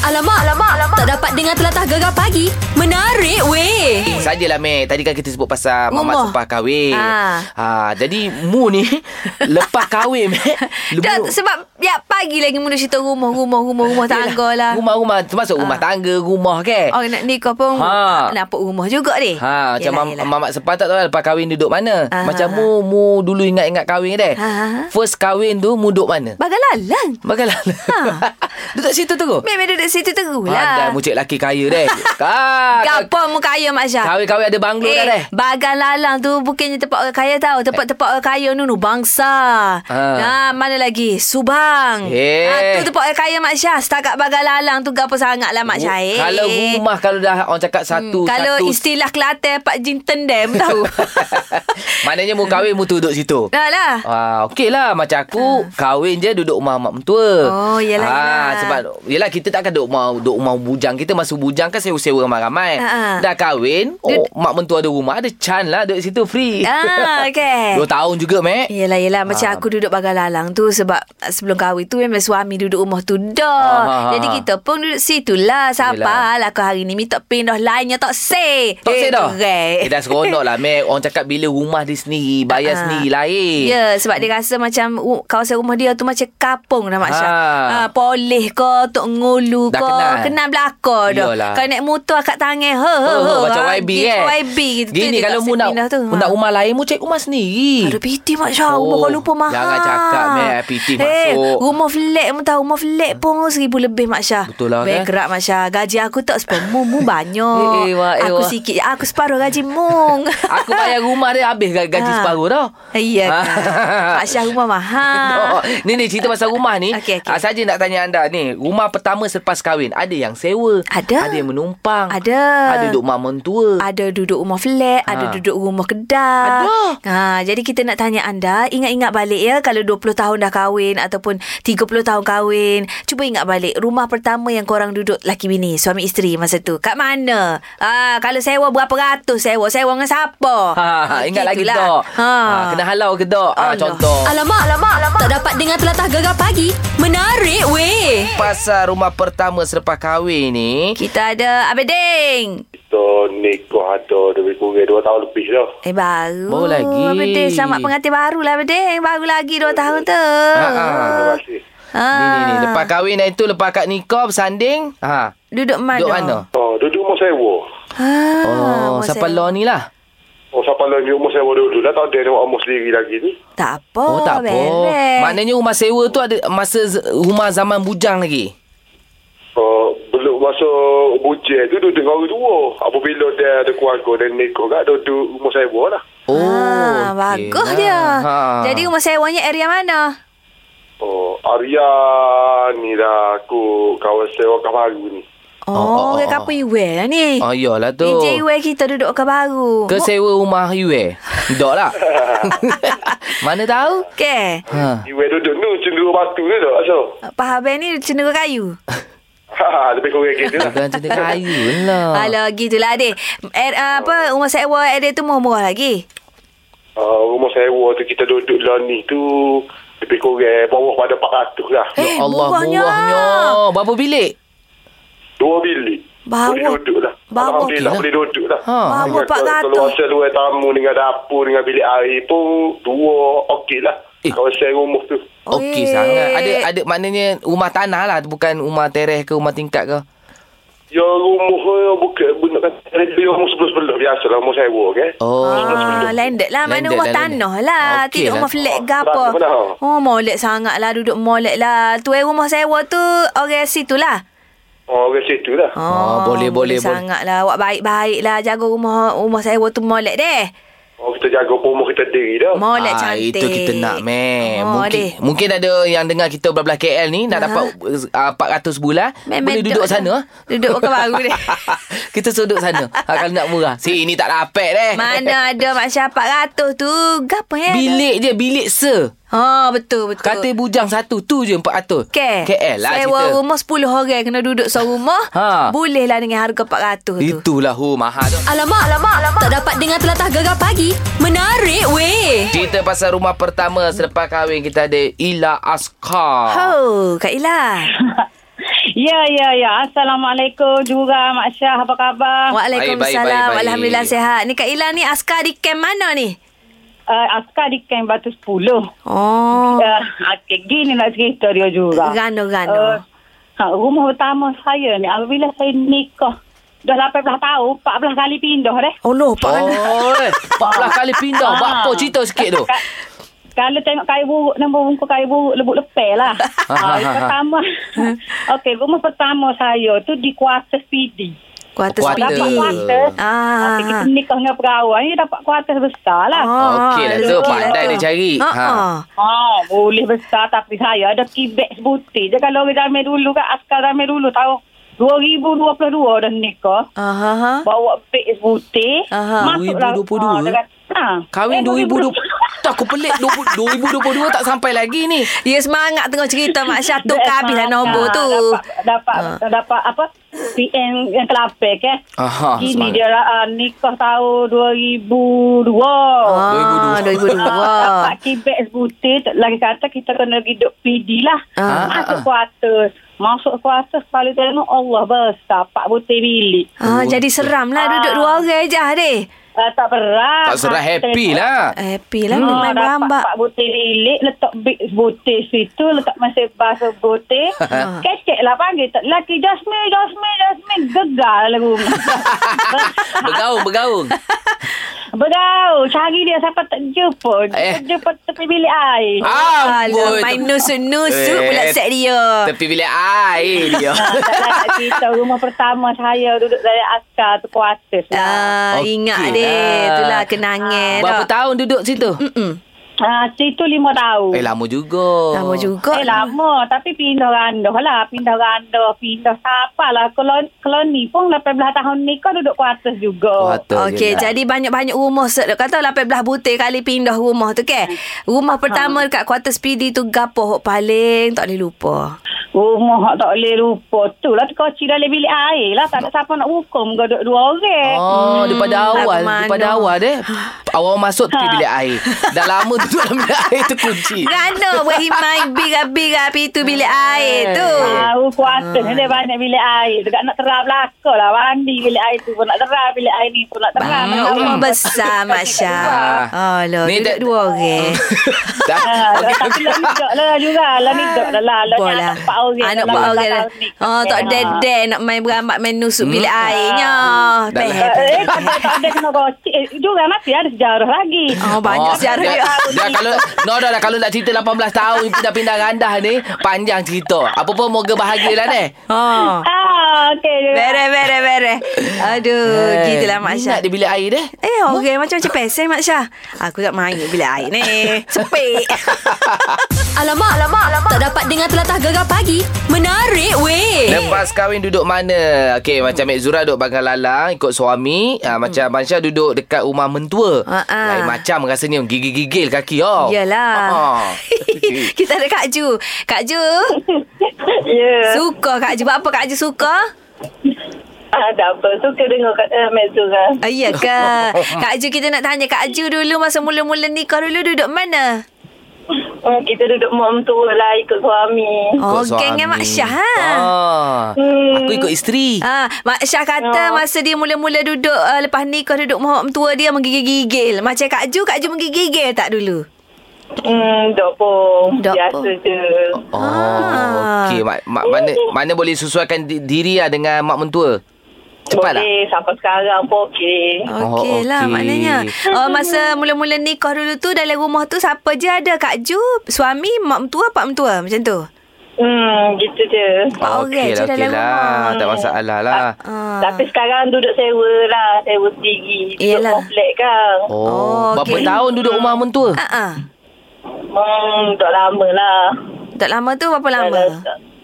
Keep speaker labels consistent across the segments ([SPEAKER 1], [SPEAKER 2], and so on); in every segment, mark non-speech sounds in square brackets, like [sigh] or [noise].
[SPEAKER 1] Alamak, alamak, alamak. Tak dapat dengar telatah gegar pagi. Menarik, weh.
[SPEAKER 2] Eh, Sajalah Mek Tadi kan kita sebut pasal Mamat
[SPEAKER 1] Umur.
[SPEAKER 2] sempah kahwin
[SPEAKER 1] Ah.
[SPEAKER 2] ha. Jadi
[SPEAKER 1] [laughs]
[SPEAKER 2] Mu ni Lepas kahwin Mek
[SPEAKER 1] Tak,
[SPEAKER 2] lebu-
[SPEAKER 1] sebab ya pagi lagi mula cerita rumah, rumah, rumah, rumah tangga lah.
[SPEAKER 2] Rumah-rumah Termasuk rumah tangga Rumah ke
[SPEAKER 1] Orang nak nikah pun
[SPEAKER 2] Ha.
[SPEAKER 1] nampak rumah juga deh.
[SPEAKER 2] Ha, macam mam, mamak sepah tak tahu lah lepas kahwin duduk mana.
[SPEAKER 1] Ah.
[SPEAKER 2] Macam mu, mu dulu ingat-ingat kahwin deh.
[SPEAKER 1] Ah.
[SPEAKER 2] First kahwin tu mu duduk mana?
[SPEAKER 1] Bagalalang.
[SPEAKER 2] Bagalah.
[SPEAKER 1] Ha.
[SPEAKER 2] [laughs] duduk situ Ah, tu.
[SPEAKER 1] Memang duduk situ terus
[SPEAKER 2] Pandai
[SPEAKER 1] lah.
[SPEAKER 2] mu cik laki kaya
[SPEAKER 1] [laughs]
[SPEAKER 2] deh. Ka,
[SPEAKER 1] Gapo mu kaya Mak Syah?
[SPEAKER 2] kahwin-kahwin ada banglo dah deh.
[SPEAKER 1] Eh, bagan lalang tu bukannya tempat orang kaya tau. Tempat-tempat orang kaya ni nu bangsa.
[SPEAKER 2] Ha.
[SPEAKER 1] Nah, mana lagi? Subang.
[SPEAKER 2] Eh.
[SPEAKER 1] Ah, tu tempat orang kaya Mak Syah. Setakat bagan lalang tu gapo sangatlah Mak Syah. Eh.
[SPEAKER 2] Oh, Kalau rumah kalau dah orang cakap satu
[SPEAKER 1] Hmm, kalau
[SPEAKER 2] satu.
[SPEAKER 1] istilah Kelantan Pak Jinten Dam
[SPEAKER 2] [laughs]
[SPEAKER 1] tahu.
[SPEAKER 2] Maknanya mu kahwin mu tu duduk situ.
[SPEAKER 1] Dah
[SPEAKER 2] [laughs]
[SPEAKER 1] lah.
[SPEAKER 2] Ah, okey lah Macam aku Kahwin je duduk rumah mak mentua
[SPEAKER 1] Oh, yelah,
[SPEAKER 2] ah,
[SPEAKER 1] yelah.
[SPEAKER 2] Sebab Yelah kita takkan duduk rumah Duduk rumah bujang Kita masuk bujang kan Sewa-sewa ramai-ramai
[SPEAKER 1] Ha, ha.
[SPEAKER 2] Dah kahwin oh, Mak mentua ada rumah Ada can lah Duduk situ free
[SPEAKER 1] Ah, okey.
[SPEAKER 2] [laughs] Dua tahun juga Mac
[SPEAKER 1] Yelah, yelah. Macam
[SPEAKER 2] Ah.
[SPEAKER 1] aku duduk bagai lalang tu sebab ah, sebelum kahwin tu memang suami duduk rumah tu
[SPEAKER 2] Ah, ah,
[SPEAKER 1] dah. Jadi
[SPEAKER 2] ah.
[SPEAKER 1] kita pun duduk situ lah.
[SPEAKER 2] Yelah.
[SPEAKER 1] Sampai lah aku hari ni minta pindah lainnya tak say.
[SPEAKER 2] Tak
[SPEAKER 1] eh,
[SPEAKER 2] eh, dah
[SPEAKER 1] gerai.
[SPEAKER 2] Eh dah seronok lah Mac Orang cakap bila rumah dia sendiri Bayar
[SPEAKER 1] Ah.
[SPEAKER 2] sendiri lain
[SPEAKER 1] Ya, sebab dia rasa macam ru- kawasan rumah dia tu macam kapung dah Mak Syah.
[SPEAKER 2] Ah.
[SPEAKER 1] Ha. poleh ke, Tok Ngulu
[SPEAKER 2] Dah
[SPEAKER 1] ke,
[SPEAKER 2] kenal.
[SPEAKER 1] kenal belakang dah.
[SPEAKER 2] Iyalah.
[SPEAKER 1] Kalau naik motor kat tangan, ho, ho,
[SPEAKER 2] Oh,
[SPEAKER 1] ho.
[SPEAKER 2] macam
[SPEAKER 1] ha,
[SPEAKER 2] YB
[SPEAKER 1] pergi
[SPEAKER 2] kan
[SPEAKER 1] YB gitu. Tu
[SPEAKER 2] Gini
[SPEAKER 1] dia
[SPEAKER 2] kalau
[SPEAKER 1] tak
[SPEAKER 2] mu
[SPEAKER 1] set
[SPEAKER 2] nak,
[SPEAKER 1] pindah tu. Ha.
[SPEAKER 2] mu nak rumah lain Mu cek rumah sendiri
[SPEAKER 1] Aduh piti Mak Syah oh, Rumah
[SPEAKER 2] Oh,
[SPEAKER 1] kau lupa mahal
[SPEAKER 2] jangan cakap, Mek. PT
[SPEAKER 1] Eh,
[SPEAKER 2] masuk.
[SPEAKER 1] Rumah flat mu tahu Rumah flat pun seribu lebih Mak Syah
[SPEAKER 2] Betul lah, kan?
[SPEAKER 1] Bergerak Mak Syah Gaji aku tak separuh Mu, mu banyak
[SPEAKER 2] [laughs] Eh, eh, wah, eh,
[SPEAKER 1] Aku
[SPEAKER 2] wah.
[SPEAKER 1] sikit Aku separuh gaji mung
[SPEAKER 2] Aku bayar rumah dia habis ga- gaji
[SPEAKER 1] Ah.
[SPEAKER 2] separuh dah.
[SPEAKER 1] [laughs] Iya
[SPEAKER 2] [laughs] Ah.
[SPEAKER 1] kan Mak
[SPEAKER 2] [laughs]
[SPEAKER 1] Syah rumah mahal
[SPEAKER 2] No. Ni ni cerita pasal rumah ni.
[SPEAKER 1] Okey, okey.
[SPEAKER 2] Ah, saja nak tanya anda ni, rumah pertama selepas kahwin ada yang sewa,
[SPEAKER 1] Ada.
[SPEAKER 2] ada yang menumpang,
[SPEAKER 1] Ada.
[SPEAKER 2] Ah. ada duduk mak mentua.
[SPEAKER 1] ada duduk rumah flat, ha. ada
[SPEAKER 2] Ha.
[SPEAKER 1] duduk rumah kedai.
[SPEAKER 2] Ada.
[SPEAKER 1] Ha, jadi kita nak tanya anda, ingat-ingat balik ya kalau 20 tahun dah kahwin ataupun 30 tahun kahwin, cuba ingat balik rumah pertama yang korang duduk laki bini, suami isteri masa tu. Kat mana? Ha, kalau sewa berapa ratus sewa? Sewa dengan siapa? Eh,
[SPEAKER 2] Ha, ingat lagi
[SPEAKER 1] gitulah.
[SPEAKER 2] tak?
[SPEAKER 1] Ah, Ha.
[SPEAKER 2] Ah, kena halau ke tak? Ah,
[SPEAKER 1] Allah.
[SPEAKER 2] contoh.
[SPEAKER 1] Alamak, alamak, alamak. Tak dapat dengar telatah gegar pagi. Menarik weh.
[SPEAKER 2] Pasal rumah pertama selepas kahwin ni.
[SPEAKER 1] Kita ada Abang Ding.
[SPEAKER 3] So nikah ada lebih kurang dua tahun lebih dah.
[SPEAKER 1] Eh baru
[SPEAKER 2] Baru lagi.
[SPEAKER 1] Bedeh Selamat pengantin baru lah Bedeh Baru lagi 2 tahun tu
[SPEAKER 2] ha.
[SPEAKER 3] Terima kasih.
[SPEAKER 1] ha.
[SPEAKER 2] Ni ni ni lepas kahwin dah itu lepas kat nikah bersanding. Ha.
[SPEAKER 1] Duduk mana
[SPEAKER 2] Duduk mana?
[SPEAKER 3] Oh, duduk rumah sewa.
[SPEAKER 1] ha.
[SPEAKER 2] Oh,
[SPEAKER 1] masa-
[SPEAKER 2] siapa law ni lah.
[SPEAKER 3] Oh, siapa lagi rumah sewa dulu dah tak ada nak rumah sendiri lagi ni.
[SPEAKER 1] Tak apa
[SPEAKER 2] Oh, tak apa.
[SPEAKER 1] beres.
[SPEAKER 2] Maknanya rumah sewa tu ada masa z- rumah zaman bujang lagi.
[SPEAKER 3] Oh, belum masa bujang tu duduk dengan orang tua. Apabila dia ada keluarga dan nikah kat duduk rumah sewa lah.
[SPEAKER 2] Oh,
[SPEAKER 1] ha,
[SPEAKER 2] okey
[SPEAKER 1] Bagus
[SPEAKER 2] lah.
[SPEAKER 1] dia Jadi rumah sewanya area mana?
[SPEAKER 3] Oh, Arya ni dah aku kawan sewa kat baru ni.
[SPEAKER 1] Oh,
[SPEAKER 2] oh,
[SPEAKER 1] oh,
[SPEAKER 2] oh,
[SPEAKER 1] oh, kapal Iwer lah ni
[SPEAKER 2] Oh, iyalah tu.
[SPEAKER 1] DJ Iwer kita duduk kat baru
[SPEAKER 2] Ke sewa rumah you eh?
[SPEAKER 1] [laughs]
[SPEAKER 2] Dok lah. Mana tahu?
[SPEAKER 1] Okay
[SPEAKER 2] Ha.
[SPEAKER 3] Iwe duduk tu cenderung batu tu tak so.
[SPEAKER 1] Paha Ben ni cenderung kayu
[SPEAKER 3] Ha, lebih kurang
[SPEAKER 2] [laughs]
[SPEAKER 3] gitu lah.
[SPEAKER 2] Bukan cerita kayu lah.
[SPEAKER 1] Alah gitulah adik er, Apa rumah sewa adik tu murah-murah lagi
[SPEAKER 3] Uh, rumah sewa tu kita duduk lah ni tu lebih kurang bawah pada 400 lah.
[SPEAKER 2] Ya
[SPEAKER 1] Eh,
[SPEAKER 2] Allah,
[SPEAKER 1] murahnya.
[SPEAKER 2] murahnya. Berapa bilik?
[SPEAKER 3] Dua bilik.
[SPEAKER 1] Bawah.
[SPEAKER 3] Boleh duduk lah.
[SPEAKER 1] Bawah.
[SPEAKER 3] Alhamdulillah
[SPEAKER 2] Okey lah.
[SPEAKER 3] boleh duduk lah.
[SPEAKER 2] Ha. Bawah
[SPEAKER 3] Dengan ke-
[SPEAKER 1] 400.
[SPEAKER 3] Keluasan luar tamu dengan dapur dengan bilik air pun dua okey lah.
[SPEAKER 2] Eh.
[SPEAKER 3] Kawasan rumah tu.
[SPEAKER 2] Okey
[SPEAKER 1] Oi.
[SPEAKER 2] sangat. Ada ada maknanya rumah tanah lah. Bukan rumah teres ke rumah tingkat ke.
[SPEAKER 3] Ya rumah eh, bukan bukan kata lebih rumah sebelah-sebelah biasa lah rumah sewa ke.
[SPEAKER 2] Oh.
[SPEAKER 1] Ah, landed lah. Mana
[SPEAKER 2] Landed
[SPEAKER 1] rumah
[SPEAKER 2] lah,
[SPEAKER 1] tanah
[SPEAKER 2] landed.
[SPEAKER 1] lah.
[SPEAKER 2] Okey
[SPEAKER 1] Tidak
[SPEAKER 2] lah.
[SPEAKER 1] rumah flat ke
[SPEAKER 3] Oh,
[SPEAKER 1] apa.
[SPEAKER 3] mana?
[SPEAKER 1] Oh, molek sangat lah. Duduk molek lah. Tuan rumah sewa tu orang situ lah.
[SPEAKER 3] Oh, orang situ lah.
[SPEAKER 1] Oh,
[SPEAKER 2] Ah, boleh, boleh, boleh.
[SPEAKER 1] sangat lah. Awak baik-baik lah. Jaga rumah rumah sewa tu molek deh.
[SPEAKER 3] Oh, kita jaga rumah kita diri dah.
[SPEAKER 1] Molek cantik.
[SPEAKER 2] Ah, Itu kita nak, meh.
[SPEAKER 1] Oh,
[SPEAKER 2] mungkin,
[SPEAKER 1] deh.
[SPEAKER 2] mungkin ada yang dengar kita belah-belah KL ni nak
[SPEAKER 1] Ha.
[SPEAKER 2] dapat uh, 400 bulan.
[SPEAKER 1] Meh, meh,
[SPEAKER 2] boleh duduk
[SPEAKER 1] dok-
[SPEAKER 2] sana.
[SPEAKER 1] [laughs] Duduk ke baru deh.
[SPEAKER 2] [laughs] kita suruh duduk sana. ha, kalau nak murah. Sini tak eh. dapat deh. [laughs]
[SPEAKER 1] Mana ada masyarakat 400 tu. Gapa ya?
[SPEAKER 2] Bilik je, bilik se.
[SPEAKER 1] Ha, betul, betul.
[SPEAKER 2] Katil bujang satu, tu je RM400.
[SPEAKER 1] Okay.
[SPEAKER 2] KL lah
[SPEAKER 1] Sewa
[SPEAKER 2] cerita.
[SPEAKER 1] rumah 10 orang kena duduk seorang rumah.
[SPEAKER 2] Ha.
[SPEAKER 1] Boleh lah dengan harga 400 tu.
[SPEAKER 2] Itulah hu mahal tu.
[SPEAKER 1] Alamak, alamak, alamak. Tak dapat dengar telatah gegar pagi. Menarik weh.
[SPEAKER 2] Cerita pasal rumah Ah. [laughs] pertama selepas kahwin kita ada Ila Askar.
[SPEAKER 1] Ho, Kak Ila.
[SPEAKER 4] Ya, ya, ya. Assalamualaikum juga, Mak Syah. Apa khabar?
[SPEAKER 1] Waalaikumsalam.
[SPEAKER 2] Baik, baik, baik, baik.
[SPEAKER 1] Alhamdulillah sihat. Ni Kak Ila ni askar di camp mana ni?
[SPEAKER 4] Uh, Askar di Kain Batu 10.
[SPEAKER 1] Oh.
[SPEAKER 4] Uh, okay, gini nak cerita dia juga.
[SPEAKER 1] Gano, gano.
[SPEAKER 4] Uh, ha, rumah utama saya ni, apabila saya nikah, dah 18 tahun, 14 kali pindah deh.
[SPEAKER 1] Oh, no. Pak Ana.
[SPEAKER 2] Oh, eh, 14 kali
[SPEAKER 1] [laughs]
[SPEAKER 2] pindah. Buat apa cerita sikit tu?
[SPEAKER 4] Ka- Kalau tengok kayu buruk, nombor bungkus kayu buruk, lebuk lepel
[SPEAKER 1] [laughs]
[SPEAKER 4] lah. ha, yang pertama, okey, rumah pertama saya tu di kuarter PD.
[SPEAKER 1] Kuartus
[SPEAKER 2] Kuartus.
[SPEAKER 1] PD.
[SPEAKER 4] Dapat kuarter.
[SPEAKER 1] Ah. Oh.
[SPEAKER 4] Okey, kita nikah dengan perawan, ni dapat kuarter besar lah.
[SPEAKER 2] Okey lah tu, pandai dia cari.
[SPEAKER 1] Ha.
[SPEAKER 2] Ha.
[SPEAKER 4] Ah, boleh besar tapi saya ada kibet sebutir je kalau orang ramai dulu kan askar ramai dulu tahu 2022 dah nikah
[SPEAKER 1] Aha. ha.
[SPEAKER 4] bawa beg sebutir
[SPEAKER 1] Aha.
[SPEAKER 4] masuklah
[SPEAKER 2] 2022?
[SPEAKER 4] Ah, dia kata, ha,
[SPEAKER 2] Kahwin
[SPEAKER 4] eh,
[SPEAKER 2] 2020. Tak, aku pelik 20- 2022 tak sampai lagi ni.
[SPEAKER 1] Ya semangat tengah cerita Mak Syah tu
[SPEAKER 4] Beg
[SPEAKER 1] kan habislah
[SPEAKER 4] semangat.
[SPEAKER 1] nombor tu. Ha.
[SPEAKER 4] Dapat dapat, dapat apa? PN yang kelapek eh.
[SPEAKER 2] Aha,
[SPEAKER 4] Gini
[SPEAKER 2] semangat.
[SPEAKER 4] dia uh, nikah tahun 2002.
[SPEAKER 1] Ah,
[SPEAKER 4] Ah.
[SPEAKER 1] 2002.
[SPEAKER 2] 2002. [laughs]
[SPEAKER 4] Dapat kibet sebutir Lagi kata kita kena pergi duk PD lah
[SPEAKER 1] Ah.
[SPEAKER 4] Masuk kuartus Masuk kuartus Sekali tengok Allah besar Pak butir bilik
[SPEAKER 1] Ah, jadi seram lah duduk dua orang je deh.
[SPEAKER 4] uh, Tak berat
[SPEAKER 2] Tak serah happy lah. [laughs]
[SPEAKER 1] Happy lah hmm, main berambak.
[SPEAKER 4] Pak butir bilik Letak big butir situ Letak masih basuh
[SPEAKER 1] [laughs]
[SPEAKER 4] butir
[SPEAKER 1] Ah.
[SPEAKER 4] Kecek lah panggil tak- Laki Jasmine Jasmine Jasmine Gegar lah
[SPEAKER 1] [laughs]
[SPEAKER 4] rumah
[SPEAKER 2] Bergaung, bergaung.
[SPEAKER 4] Bergaul Cari dia siapa tak jumpa
[SPEAKER 2] Eh.
[SPEAKER 4] Jumpa tepi bilik air
[SPEAKER 2] Ah,
[SPEAKER 1] Alah, main nusuk-nusuk
[SPEAKER 2] Eh,
[SPEAKER 1] pula set dia.
[SPEAKER 2] Tepi bilik air
[SPEAKER 1] [laughs]
[SPEAKER 2] dia.
[SPEAKER 4] tak nak cerita rumah pertama saya duduk dari askar tu kuartus lah.
[SPEAKER 1] Ah,
[SPEAKER 2] Okey
[SPEAKER 1] ingat
[SPEAKER 2] lah.
[SPEAKER 1] deh. Itulah kenangan.
[SPEAKER 2] Berapa
[SPEAKER 1] tak?
[SPEAKER 2] tahun duduk situ?
[SPEAKER 1] Hmm.
[SPEAKER 4] Ah, situ lima tahun.
[SPEAKER 2] Eh, lama juga.
[SPEAKER 1] Mm. Lama juga.
[SPEAKER 4] Eh lama tapi pindah randah lah Pindah randah Pindah siapa lah Kalau, kalau ni pun 18 tahun ni kau duduk kuartus juga
[SPEAKER 2] Kuartus je
[SPEAKER 1] Okey,
[SPEAKER 2] lah.
[SPEAKER 1] jadi banyak-banyak rumah set dok kata 18 butir kali pindah rumah tu ke. Rumah pertama dekat kuartus PD tu gapo hok paling tak boleh lupa.
[SPEAKER 4] Rumah hak tak boleh lupa Tu lah tu kau cik dalam bilik air lah Tak ada siapa nak hukum Kau duduk dua orang
[SPEAKER 1] Mm.
[SPEAKER 2] Oh, daripada awal,
[SPEAKER 1] lagu mana?
[SPEAKER 2] daripada awal
[SPEAKER 1] [sighs]
[SPEAKER 2] deh. Awal masuk tepi
[SPEAKER 1] Ha.
[SPEAKER 2] bilik air. Dah
[SPEAKER 1] [laughs]
[SPEAKER 2] lama duduk dalam bilik air tu kunci.
[SPEAKER 1] Gano berhimai bira-bira pintu bilik air tu.
[SPEAKER 4] Tahu kuasa
[SPEAKER 1] Ah.
[SPEAKER 4] ni dia banyak bilik air. Dekat nak terang belakang lah. Mandi bilik air tu pun nak terang. Bilik air ni pun nak terang.
[SPEAKER 1] Banyak
[SPEAKER 4] Nak
[SPEAKER 1] Hmm. rumah
[SPEAKER 4] terang.
[SPEAKER 1] besar Masya.
[SPEAKER 2] Ah.
[SPEAKER 1] Alah,
[SPEAKER 2] Ni
[SPEAKER 1] duduk
[SPEAKER 2] tak-
[SPEAKER 1] dua orang. [laughs]
[SPEAKER 2] Dah.
[SPEAKER 4] Ha,
[SPEAKER 2] Okey,
[SPEAKER 4] tapi
[SPEAKER 2] okey.
[SPEAKER 4] lah nidok lah juga. Lah nidok lah lah. Lah ni
[SPEAKER 1] Bola.
[SPEAKER 4] anak pak orang.
[SPEAKER 1] Anak
[SPEAKER 4] Lah
[SPEAKER 1] pak orang
[SPEAKER 4] lah
[SPEAKER 1] dah.
[SPEAKER 4] tahun ni.
[SPEAKER 1] Oh, tak
[SPEAKER 5] Ah.
[SPEAKER 4] Ha.
[SPEAKER 1] dedek nak main berambat main nusuk bilik airnya.
[SPEAKER 2] Dah
[SPEAKER 1] Beh,
[SPEAKER 2] lah.
[SPEAKER 4] Tak,
[SPEAKER 1] beh,
[SPEAKER 4] Eh,
[SPEAKER 1] beh.
[SPEAKER 4] tak ada- tak ada kena rocik. Eh, Juga masih ada sejarah lagi.
[SPEAKER 1] Oh, banyak
[SPEAKER 2] Oh,
[SPEAKER 1] sejarah
[SPEAKER 2] dah-
[SPEAKER 1] dia.
[SPEAKER 2] Dah kalau No dah, dah Kalau nak cerita 18 tahun Pindah-pindah randah ni Panjang cerita Apa pun moga bahagia lah ni
[SPEAKER 1] Oh.
[SPEAKER 4] Ah, okey. juga.
[SPEAKER 1] Bere, bere, bere. Aduh,
[SPEAKER 2] Eh,
[SPEAKER 1] gitulah Mak Syah.
[SPEAKER 2] Minat dia bilik air deh
[SPEAKER 1] Eh, orang macam-macam pesen Mak Syah. Aku tak main bila air ni. Sepik.
[SPEAKER 6] [laughs] Alamak, alamak, alamak. Tak dapat dengar telatah gegar pagi. Menarik weh.
[SPEAKER 2] Lepas kahwin duduk mana? Okey, hmm. macam Mek Zura duduk Bangal Lalang ikut suami, ah
[SPEAKER 1] Hmm.
[SPEAKER 2] macam Mansha duduk dekat rumah mentua.
[SPEAKER 1] Ha, ha.
[SPEAKER 2] Lain macam rasanya gigil-gigil kaki oh.
[SPEAKER 1] Yalah.
[SPEAKER 2] Ha.
[SPEAKER 1] Kita ada Kak Ju. Kak Ju,
[SPEAKER 5] Ya,
[SPEAKER 1] suka Kak Ju. Buat apa Kak Ju suka?
[SPEAKER 5] ah, tak apa. Suka dengar kat uh, Mezura.
[SPEAKER 1] Oh, iya ke?
[SPEAKER 2] [laughs]
[SPEAKER 1] Kak Ju, kita nak tanya Kak Ju dulu masa mula-mula nikah dulu duduk mana?
[SPEAKER 5] Hmm, kita duduk mak mentua lah ikut suami.
[SPEAKER 1] [laughs] Oh,
[SPEAKER 2] Ikut
[SPEAKER 1] geng dengan
[SPEAKER 2] suami.
[SPEAKER 1] Mak Syah. Ha? Hmm.
[SPEAKER 2] Ha. Aku ikut isteri.
[SPEAKER 1] Ah, Mak Syah kata
[SPEAKER 5] Eh. Ya.
[SPEAKER 1] masa dia mula-mula duduk uh, lepas nikah duduk mohon tua dia menggigil-gigil. Macam Kak Ju, Kak Ju menggigil tak dulu?
[SPEAKER 5] Hmm, dok pun.
[SPEAKER 1] Dok
[SPEAKER 5] Biasa
[SPEAKER 1] pun.
[SPEAKER 5] je.
[SPEAKER 2] Oh,
[SPEAKER 1] Ah.
[SPEAKER 2] okey. Mak, mak, mana mana boleh sesuaikan di, diri lah dengan mak mentua? Cepat
[SPEAKER 1] lah.
[SPEAKER 2] tak?
[SPEAKER 5] boleh, sampai sekarang pun Ah, okey.
[SPEAKER 2] Oh,
[SPEAKER 1] Okey lah
[SPEAKER 2] okey.
[SPEAKER 1] maknanya uh,
[SPEAKER 5] [laughs]
[SPEAKER 1] Masa mula-mula nikah dulu tu Dalam rumah tu siapa je ada Kak Ju Suami, mak mentua, pak mentua Macam tu
[SPEAKER 5] Hmm, gitu je.
[SPEAKER 1] Empat orang
[SPEAKER 2] Okey
[SPEAKER 1] je
[SPEAKER 2] lah, okey
[SPEAKER 1] dalam
[SPEAKER 2] lah.
[SPEAKER 1] rumah.
[SPEAKER 2] Tak masalah lah.
[SPEAKER 1] Ah.
[SPEAKER 5] Tapi sekarang duduk sewa lah. Sewa sendiri.
[SPEAKER 1] Yelah.
[SPEAKER 5] Duduk komplek kan.
[SPEAKER 2] Oh,
[SPEAKER 1] Oh,
[SPEAKER 2] berapa
[SPEAKER 1] okey.
[SPEAKER 2] tahun duduk rumah mentua?
[SPEAKER 1] Ah, ah.
[SPEAKER 5] Hmm, duduk lama lah.
[SPEAKER 1] Tak lama tu berapa
[SPEAKER 5] Dalam,
[SPEAKER 1] lama?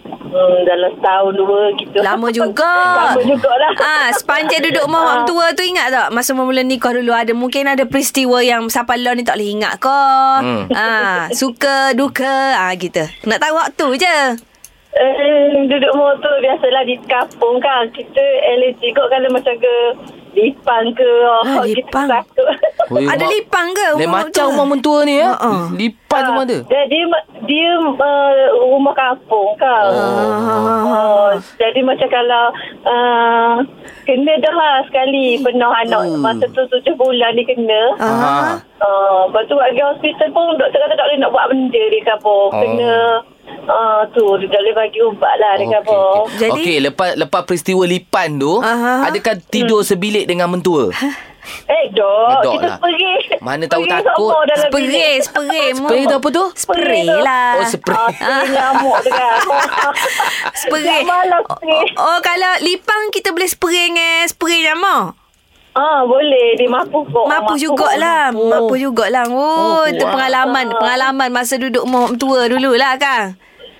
[SPEAKER 5] hmm, dalam setahun dua gitu.
[SPEAKER 1] Lama juga
[SPEAKER 5] lama juga lah.
[SPEAKER 1] Ah, Sepanjang duduk rumah mak mentua tu Ingat tak Masa mula-mula nikah dulu Ada mungkin ada peristiwa Yang siapa lah ni tak boleh ingat ke
[SPEAKER 2] Hmm.
[SPEAKER 1] ah, Suka, duka ah, Gitu Nak tahu waktu je
[SPEAKER 5] Eh, duduk motor biasalah di kampung kan. Kita allergy kot kalau macam ke lipang ke.
[SPEAKER 1] Ah,
[SPEAKER 5] oh, kita
[SPEAKER 1] lipang.
[SPEAKER 5] takut.
[SPEAKER 1] Ada lipang ke
[SPEAKER 2] Dia
[SPEAKER 1] rumah
[SPEAKER 2] macam
[SPEAKER 1] mertua?
[SPEAKER 2] rumah mentua ni ya.
[SPEAKER 1] Ha, ha.
[SPEAKER 2] Lipat rumah
[SPEAKER 5] [laughs]
[SPEAKER 2] dia.
[SPEAKER 5] Dia, dia, dia uh, rumah kampung kan.
[SPEAKER 1] Ah.
[SPEAKER 5] Oh, jadi macam kalau uh, kena dah lah sekali penuh anak
[SPEAKER 2] Hmm.
[SPEAKER 5] masa tu tujuh bulan ni kena.
[SPEAKER 1] Ah.
[SPEAKER 2] Ah.
[SPEAKER 5] Uh, lepas tu pergi hospital pun doktor kata tak boleh nak buat benda dia kapur.
[SPEAKER 2] Oh.
[SPEAKER 5] Oh. Kena uh, tu dia tak boleh bagi ubat lah dia
[SPEAKER 2] Okey,
[SPEAKER 5] kapur.
[SPEAKER 2] okey.
[SPEAKER 1] Jadi-
[SPEAKER 2] Okey, lepas lepas peristiwa lipan tu,
[SPEAKER 1] Aha.
[SPEAKER 2] adakah tidur sebilik dengan
[SPEAKER 1] [laughs]
[SPEAKER 2] mentua?
[SPEAKER 5] Eh dok,
[SPEAKER 2] Dok
[SPEAKER 5] kita
[SPEAKER 2] lah.
[SPEAKER 5] pergi.
[SPEAKER 2] Mana tahu
[SPEAKER 5] pergi
[SPEAKER 2] takut.
[SPEAKER 5] semua dalam
[SPEAKER 1] Spray,
[SPEAKER 5] bilik. [laughs]
[SPEAKER 1] spray.
[SPEAKER 2] Spray tu apa tu?
[SPEAKER 1] Spray lah.
[SPEAKER 2] Oh,
[SPEAKER 5] Ah,
[SPEAKER 2] spray.
[SPEAKER 5] spray nyamuk
[SPEAKER 2] [laughs]
[SPEAKER 5] dekat.
[SPEAKER 1] Spray.
[SPEAKER 5] Setiap malam spray.
[SPEAKER 1] Oh, oh, kalau lipang kita boleh spray dengan spray nyamuk.
[SPEAKER 5] Ah, boleh. Dia mampu kok.
[SPEAKER 4] Oh,
[SPEAKER 1] Mampu jugalah.
[SPEAKER 2] mampu.
[SPEAKER 1] Mampu jugalah. Oh, itu
[SPEAKER 2] kuat.
[SPEAKER 1] pengalaman. Pengalaman masa duduk mak tua lah, dululah, Kang.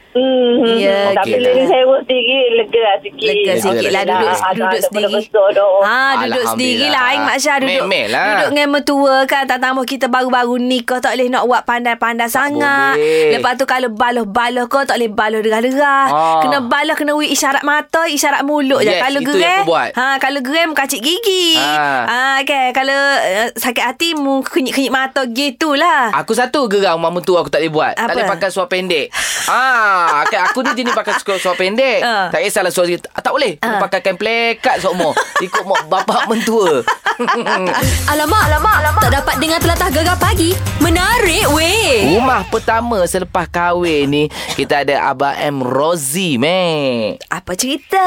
[SPEAKER 5] Hmm.
[SPEAKER 1] Ya,
[SPEAKER 5] Tapi
[SPEAKER 2] okey
[SPEAKER 5] bila
[SPEAKER 2] lah.
[SPEAKER 5] dia sewa sendiri, lega lah sikit.
[SPEAKER 1] Lega
[SPEAKER 2] Lega
[SPEAKER 1] sikit lah
[SPEAKER 2] lah.
[SPEAKER 1] duduk,
[SPEAKER 2] Ah,
[SPEAKER 1] duduk sendiri.
[SPEAKER 5] Ha.
[SPEAKER 1] Ha, duduk
[SPEAKER 2] Alhamdulillah.
[SPEAKER 1] sendiri lah. Aing Mak Syah duduk.
[SPEAKER 2] Memel lah.
[SPEAKER 1] Duduk dengan mertua kan. Tak tambah kita baru-baru ni kau tak boleh nak buat pandai-pandai sangat.
[SPEAKER 2] boleh.
[SPEAKER 1] Lepas tu kalau balah-balah kau tak boleh balah derah-derah.
[SPEAKER 2] Ah.
[SPEAKER 1] Kena balah kena wik isyarat mata, isyarat mulut je.
[SPEAKER 2] Yes,
[SPEAKER 1] Kalau
[SPEAKER 2] itu yang
[SPEAKER 1] geram,
[SPEAKER 2] kau buat.
[SPEAKER 1] ha kalau geram kacik gigi.
[SPEAKER 2] Ah.
[SPEAKER 1] Ha, kan kalau uh, sakit hati mu kenyit-kenyit mata gitulah.
[SPEAKER 2] Aku satu gerang mama tu aku tak boleh buat.
[SPEAKER 1] Apa?
[SPEAKER 2] Tak boleh pakai suar pendek. ah, okay, aku ni jenis pakai suar, suar pendek.
[SPEAKER 1] Ah.
[SPEAKER 2] Tak kisahlah suar sikit. Ah, tak boleh.
[SPEAKER 1] Ah.
[SPEAKER 2] Aku pakai kain plekat sokmo. Ikut mak bapak [laughs] mentua.
[SPEAKER 6] Alamak, alamak, alamak. Tak dapat dengar telatah gegar pagi. Menarik weh.
[SPEAKER 2] Rumah pertama selepas kahwin ni kita ada Abang M Rozi, meh.
[SPEAKER 1] Apa cerita?